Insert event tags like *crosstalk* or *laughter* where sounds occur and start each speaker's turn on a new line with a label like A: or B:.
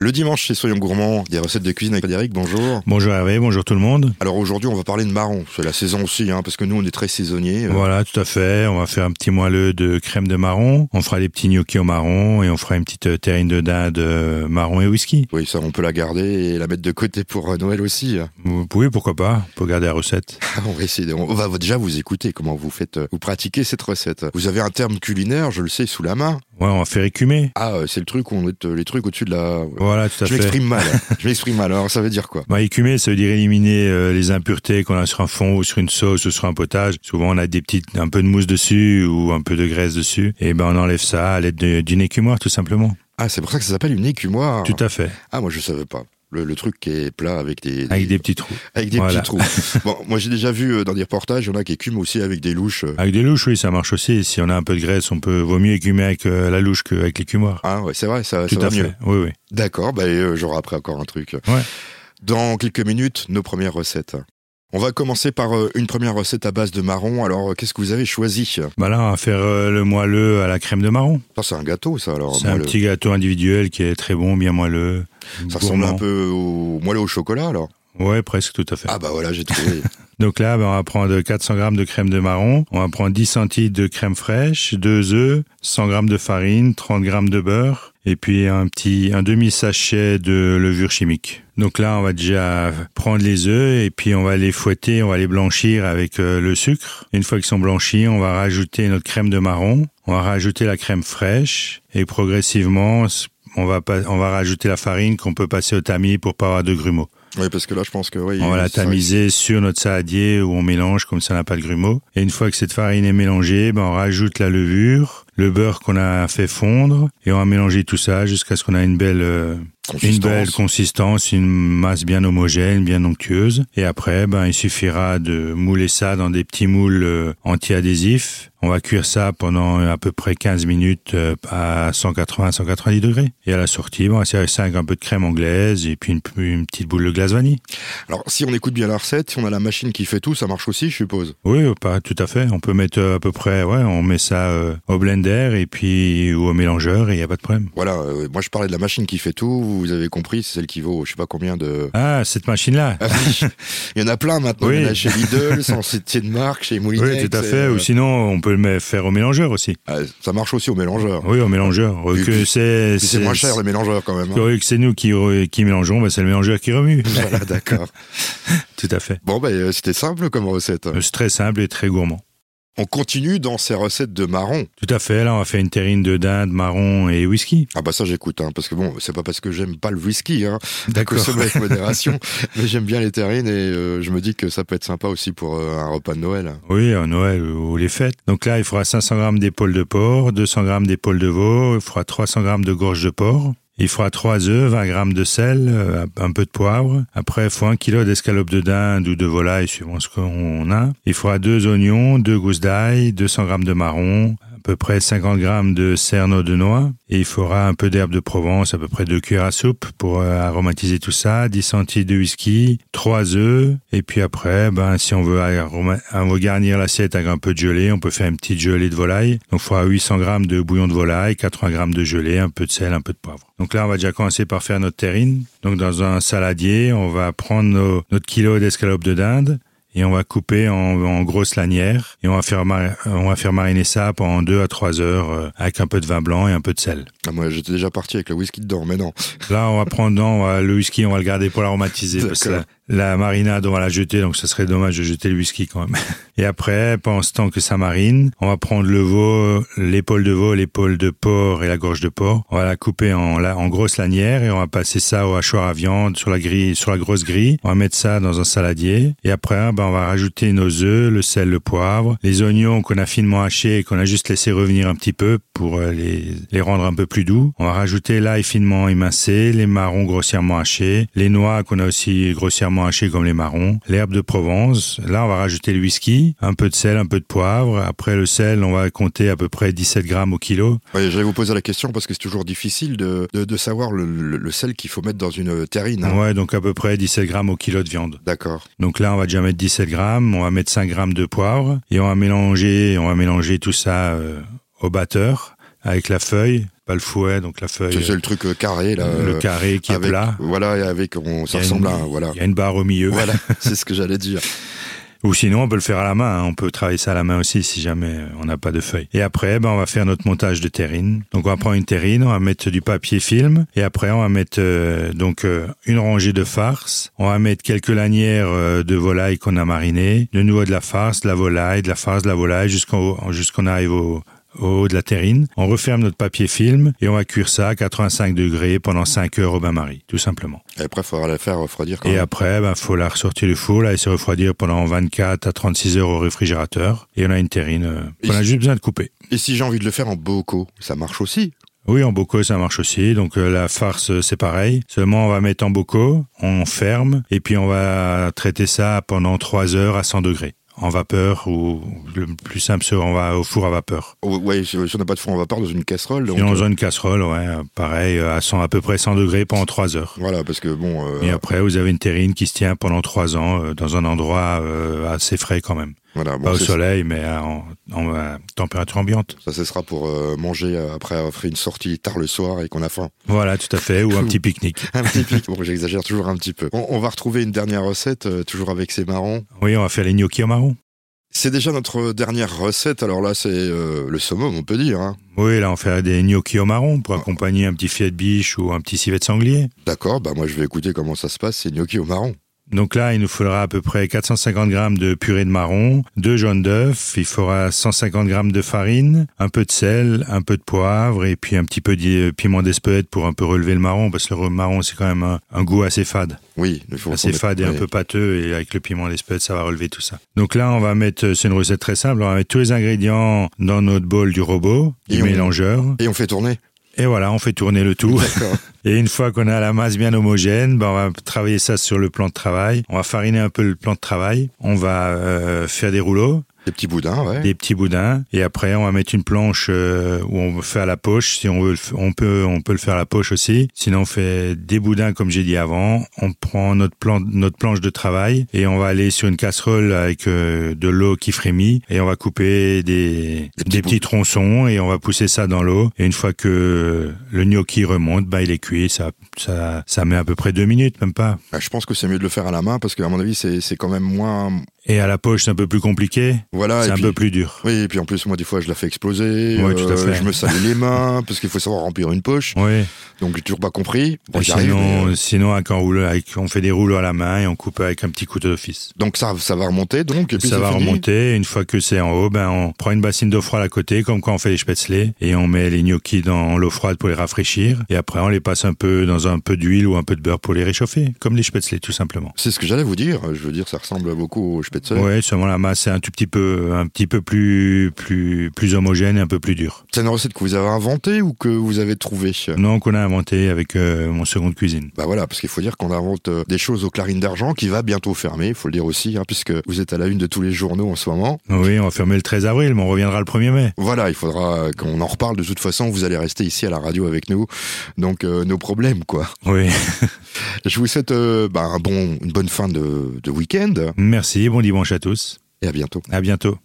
A: Le dimanche chez Soyons Gourmands, des recettes de cuisine avec Frédéric, bonjour.
B: Bonjour Hervé, bonjour tout le monde.
A: Alors aujourd'hui, on va parler de marron. C'est la saison aussi, hein, parce que nous, on est très saisonniers. euh.
B: Voilà, tout à fait. On va faire un petit moelleux de crème de marron. On fera des petits gnocchis au marron et on fera une petite euh, terrine de dinde euh, marron et whisky.
A: Oui, ça, on peut la garder et la mettre de côté pour euh, Noël aussi. hein. *laughs*
B: Vous pouvez, pourquoi pas. On peut garder la recette.
A: on va essayer. de- On va déjà vous écouter comment vous faites, euh, vous pratiquez cette recette. Vous avez un terme culinaire, je le sais, sous la main.
B: Ouais, on va faire écumer.
A: Ah, euh, c'est le truc où on met euh, les trucs au-dessus de la.
B: Voilà, tout à
A: Je
B: fait.
A: m'exprime
B: *laughs*
A: mal. je m'exprime mal. Alors, ça veut dire quoi
B: Bah, écumer, ça veut dire éliminer euh, les impuretés qu'on a sur un fond ou sur une sauce ou sur un potage. Souvent, on a des petites, un peu de mousse dessus ou un peu de graisse dessus. Et ben, on enlève ça à l'aide de- d'une écumoire, tout simplement.
A: Ah, c'est pour ça que ça s'appelle une écumoire.
B: Tout à fait.
A: Ah, moi, je savais pas. Le, le truc qui est plat avec des.
B: Avec des petits trous.
A: Avec des
B: Voilà.
A: petits trous.
B: *laughs*
A: Bon, moi j'ai déjà vu euh, dans des reportages, il y en a qui écument aussi avec des louches. euh.
B: Avec des louches, oui, ça marche aussi. Si on a un peu de graisse, on peut, vaut mieux écumer avec euh, la louche qu'avec l'écumoire.
A: Ah ouais, c'est vrai, ça, ça
B: Tout
A: va
B: à fait.
A: mieux.
B: Oui, oui.
A: D'accord, bah, euh, j'aurai après encore un truc.
B: Ouais.
A: Dans quelques minutes, nos premières recettes. On va commencer par euh, une première recette à base de marron. Alors, euh, qu'est-ce que vous avez choisi
B: Bah là, on va faire euh, le moelleux à la crème de marron.
A: Ça, c'est un gâteau, ça. Alors,
B: c'est
A: Oh,
B: un
A: moelleux.
B: petit gâteau individuel qui est très bon, bien moelleux.
A: ça ressemble un
B: gourmand.
A: peu au moelleux au chocolat, alors.
B: Ouais, presque tout à fait.
A: Ah bah voilà, j'ai
B: *laughs*
A: trouvé.
B: Donc là, bah, on va prendre 400 grammes de crème de marron, on va prendre 10 centilitres de crème fraîche, 2 œufs, 100 grammes de farine, 30 grammes de beurre, et puis un petit, un demi sachet de levure chimique. Donc là, on va déjà prendre les œufs et puis on va les fouetter, on va les blanchir avec euh, le sucre. Une fois qu'ils sont blanchis, on va rajouter notre crème de marron, on va rajouter la crème fraîche et progressivement, on va, pas- on va rajouter la farine qu'on peut passer au tamis pour pas avoir de grumeaux.
A: oui, parce que là, je pense que oui.
B: On va la
A: ça-
B: tamiser sur notre saladier où on mélange comme ça on n'a pas de grumeaux. Et une fois que cette farine est mélangée, ben on rajoute la levure, le beurre qu'on a fait fondre et on va mélanger tout ça jusqu'à ce qu'on a une belle, euh, une
A: consistance.
B: belle consistance, une masse bien homogène, bien onctueuse. Et après, ben il suffira de mouler ça dans des petits moules euh, anti-adhésifs. On va cuire ça pendant à peu près 15 minutes euh, à 180-190 degrés. Et à la sortie, ben, on va servir ça avec un peu de crème anglaise et puis une, une petite boule de glace vanille.
A: Alors, si on écoute bien la recette, si on a la machine qui fait tout, ça marche aussi, je suppose.
B: Oui, pas tout à fait. On peut mettre euh, à peu près, ouais, on met ça euh, au blender et puis ou au mélangeur et il y a pas de problème.
A: Voilà, euh, moi je parlais de la machine qui fait tout, vous avez compris, c'est celle qui vaut je sais pas combien de...
B: Ah, cette machine là.
A: Ah
B: *laughs*
A: oui, il y en a plein maintenant, il y en a
B: Oui.
A: chez Lidl, sans cité de marque, chez Moulinex.
B: Oui, tout à
A: et,
B: fait.
A: euh,
B: Ou sinon, on peut le mettre- faire au mélangeur aussi.
A: ah, ça marche aussi au mélangeur.
B: Oui, au mélangeur. Euh,
A: Puis-
B: Que
A: puis-
B: c'est
A: Puis C'est moins cher le mélangeur quand même. hein.
B: que c'est nous qui re- qui mélangeons, bah, c'est le mélangeur
A: *laughs*
B: qui remue.
A: Voilà, d'accord.
B: tout à fait.
A: Bon, ben euh, c'était simple comme recette.
B: Euh, C'est très simple et très gourmand.
A: On continue dans ces recettes de marron.
B: Tout à fait. Là, on va faire une terrine de dinde, marron et whisky.
A: Ah bah ça j'écoute, hein, parce que bon, c'est pas parce que j'aime pas le whisky, hein, consommer
B: *laughs*
A: avec modération, mais j'aime bien les terrines et euh, je me dis que ça peut être sympa aussi pour euh, un repas de Noël.
B: Oui, à Noël ou les fêtes. Donc là, il faudra 500 grammes d'épaule de porc, 200 grammes d'épaule de veau, il faudra 300 grammes de gorge de porc. Il faudra 3 œufs, 20 grammes de sel, euh, un peu de poivre. Après, il faut 1 kg d'escalope de dinde ou de volaille, suivant ce qu'on a. Il faudra 2 oignons, 2 gousses d'ail, 200 grammes de marron, à peu près 50 grammes de cerneau de noix. Et il faudra un peu d'herbe de Provence, à peu près 2 cuillères à soupe pour euh, aromatiser tout ça, 10 centilitres de whisky, 3 œufs. Et puis après, ben, si on veut, aroma- on veut garnir l'assiette avec un peu de gelée, on peut faire une petite gelée de volaille. Donc, il faudra 800 grammes de bouillon de volaille, 80 grammes de gelée, un peu de sel, un peu de poivre. Donc là, on va déjà commencer par faire notre terrine. Donc, dans un saladier, on va prendre nos- notre kilo d'escalope de dinde et on va couper en, en grosses lanières et on va faire mar- on va faire mariner ça pendant 2 à 3 heures euh, avec un peu de vin blanc et un peu de sel.
A: Ah, moi j'étais déjà parti avec le whisky dedans, mais non.
B: Là, on va prendre non, on va- le whisky, on va le garder pour l'aromatiser parce que la,
A: D'accord.
B: la marinade, on va la jeter, donc ça serait dommage de jeter le whisky quand même. *laughs* Et après, pendant ce temps que ça marine, on va prendre le veau, l'épaule de veau, l'épaule de porc et la gorge de porc. On va la couper en, la- en grosses lanières et on va passer ça au hachoir à viande sur la grille, sur la grosse grille. On va mettre ça dans un saladier. Et après, ben, on va rajouter nos œufs, le sel, le poivre, les oignons qu'on a finement hachés et qu'on a juste laissé revenir un petit peu pour euh, les, les rendre un peu plus doux. On va rajouter l'ail finement émincé, les marrons grossièrement hachés, les noix qu'on a aussi grossièrement hachées comme les marrons, l'herbe de Provence. Là, on va rajouter le whisky, un peu de sel, un peu de poivre. Après le sel, on va compter à peu près 17 grammes au kilo.
A: Ouais, J'allais vous poser la question parce que c'est toujours difficile de, de, de savoir le, le- le sel qu'il faut mettre dans une terrine. hein.
B: Ouais, donc à peu près 17 grammes au kilo de viande.
A: D'accord.
B: Donc là, on va déjà mettre 17 grammes, on va mettre 5 grammes de poivre et on va mélanger, on va mélanger tout ça euh, au batteur. avec la feuille, pas le fouet, donc la feuille.
A: C'est le truc euh, carré là.
B: euh, Le carré qui
A: avec,
B: est plat.
A: Voilà, et avec on, ça ressemble à un, voilà.
B: Il y a une barre au milieu. *laughs*
A: Voilà, c'est ce que j'allais dire.
B: Ou sinon, on peut le faire à la main. Hein. On peut travailler ça à la main aussi si jamais euh, on n'a pas de feuille. Et après, ben, on va faire notre montage de terrine. Donc, on va prendre une terrine, on va mettre du papier film, et après, on va mettre euh, donc euh, une rangée de farce. On va mettre quelques lanières euh, de volaille qu'on a marinées. De nouveau de la farce, de la volaille, de la farce, de la volaille, jusqu'on jusqu'on arrive au, au haut de la terrine. On referme notre papier film et on va cuire ça à 85 degrés pendant 5 heures au bain-marie, tout simplement.
A: Et après, il faudra la faire refroidir quand
B: et
A: même.
B: après, ben, faut la ressortir du four, la laisser refroidir pendant 24 à 36 heures au réfrigérateur. Et on a une terrine euh,
A: Et
B: qu'on a
A: si-
B: juste besoin de couper.
A: Et si j'ai envie de le faire en boco, ça marche aussi.
B: Oui, en bocaux, ça marche aussi. Donc euh, la farce, euh, c'est pareil. Seulement, on va mettre en bocaux, on ferme, et puis on va traiter ça pendant 3 heures à 100 degrés. En vapeur, ou le plus simple, c'est on va au four à vapeur.
A: Oh, Ouais, si si on n'a pas de four en vapeur dans une casserole, donc,
B: Sinon,
A: euh,
B: dans une casserole, ouais, euh, pareil, euh, à, 100, à peu près 100 degrés pendant 3 heures.
A: voilà, parce que bon, euh,
B: Et après, vous avez une terrine qui se tient pendant trois ans euh, dans un endroit euh, assez frais quand même.
A: voilà, bon,
B: Pas au
A: c'est-
B: soleil, mais à- en, en, euh, température ambiante.
A: ça ce sera pour euh, manger euh, après avoir fait une sortie tard le soir et qu'on a
B: *laughs*
A: faim.
B: Voilà, tout à fait. Ou un
A: Cool.
B: petit pique-nique.
A: Un petit pic. Bon, j'exagère toujours un petit peu. On, on va retrouver une dernière recette, euh, toujours avec ces marrons.
B: Oui, on va faire les gnocchis au marron.
A: C'est déjà notre dernière recette. Alors là, c'est euh, le summum, on peut dire. hein.
B: Oui, là, on fait des gnocchis au marron
A: Ah.
B: pour accompagner un petit filet de biche ou un petit civet de sanglier.
A: D'accord, bah moi je vais écouter comment ça se passe. C'est gnocchi au marron.
B: Donc là, il nous faudra à peu près 450 grammes de purée de marron, deux jaunes d'œufs, il faudra 150 grammes de farine, un peu de sel, un peu de poivre et puis un petit peu de euh, piment d'espelette pour un peu relever le marron parce que le marron, c'est quand même un- un goût assez fade.
A: Oui, il faut
B: assez
A: qu'on-
B: fade et un
A: oui.
B: peu pâteux et avec le piment d'espèce ça va relever tout ça. Donc là on va mettre euh, c'est une recette très simple, on va mettre tous les ingrédients dans notre bol du robot, du
A: Et on-
B: mélangeur
A: Et on fait
B: *laughs*
A: tourner.
B: et voilà, on fait tourner
A: *laughs*
B: le tout
A: D'accord.
B: et une fois qu'on a la masse bien homogène, ben on va travailler ça sur le plan de travail, on va fariner un peu le plan de travail, on va euh, faire des rouleaux,
A: Des petits boudins, ouais.
B: des petits boudins et après on va mettre une planche euh, où on fait à la poche si on veut le f- on peut on peut le faire à la poche aussi sinon on fait des boudins comme j'ai dit avant on prend notre plan notre planche de travail et on va aller sur une casserole avec euh, de l'eau qui frémit et on va couper des
A: Des petits
B: des petits tronçons et on va pousser ça dans l'eau et une fois que le gnocchi remonte bah il est cuit ça ça ça met à peu près deux minutes même pas
A: Bah, je pense que c'est mieux de le faire à la main parce qu'à mon avis, c'est c'est quand même moins.
B: et à la poche c'est un peu plus compliqué
A: Voilà.
B: c'est
A: et
B: un
A: puis-
B: peu plus dur
A: Oui, et puis en plus, moi, des fois, je la fais exploser. euh,
B: Ouais, tout à fait.
A: Je me salue les mains *laughs* parce qu'il faut savoir remplir une poche.
B: oui
A: Donc, j'ai toujours pas compris. Bon,
B: Et
A: j'y arrive,
B: sinon,
A: mais, euh,
B: sinon avec un rouleau- avec- on fait des rouleaux à la main et on coupe avec un petit couteau d'office.
A: donc, ça, ça va remonter. Donc, et puis
B: Ça
A: c'est
B: va
A: fini.
B: remonter. Une fois que c'est en haut, ben on prend une bassine d'eau froide à côté, comme quand on fait les spätzle, et on met les gnocchis dans l'eau froide pour les rafraîchir. Et après, on les passe un peu dans un peu d'huile ou un peu de beurre pour les réchauffer, comme les spätzle, tout simplement.
A: C'est ce que j'allais vous dire. Je veux dire, ça ressemble beaucoup au spätzle.
B: Ouais, seulement la masse est un tout petit peu, un petit peu plus, plus, plus homogène et un peu plus dure.
A: C'est une recette que vous avez inventée ou que vous avez trouvée
B: Non, qu'on a inventé avec euh, mon second de cuisine.
A: Bah voilà, parce qu'il faut dire qu'on invente euh, des choses aux clarines d'argent qui va bientôt fermer, il faut le dire aussi, hein, puisque vous êtes à la une de tous les journaux en ce moment.
B: Oui, on va fermer le 13 avril, mais on reviendra le 1er mai.
A: Voilà, il faudra euh, qu'on en reparle. De toute façon, vous allez rester ici à la radio avec nous. Donc, euh, nos problèmes, quoi.
B: Oui. *laughs*
A: Je vous souhaite euh, bah, un bon, une bonne fin de, de week-end
B: Merci. Bon dimanche à tous.
A: et à bientôt.
B: À bientôt.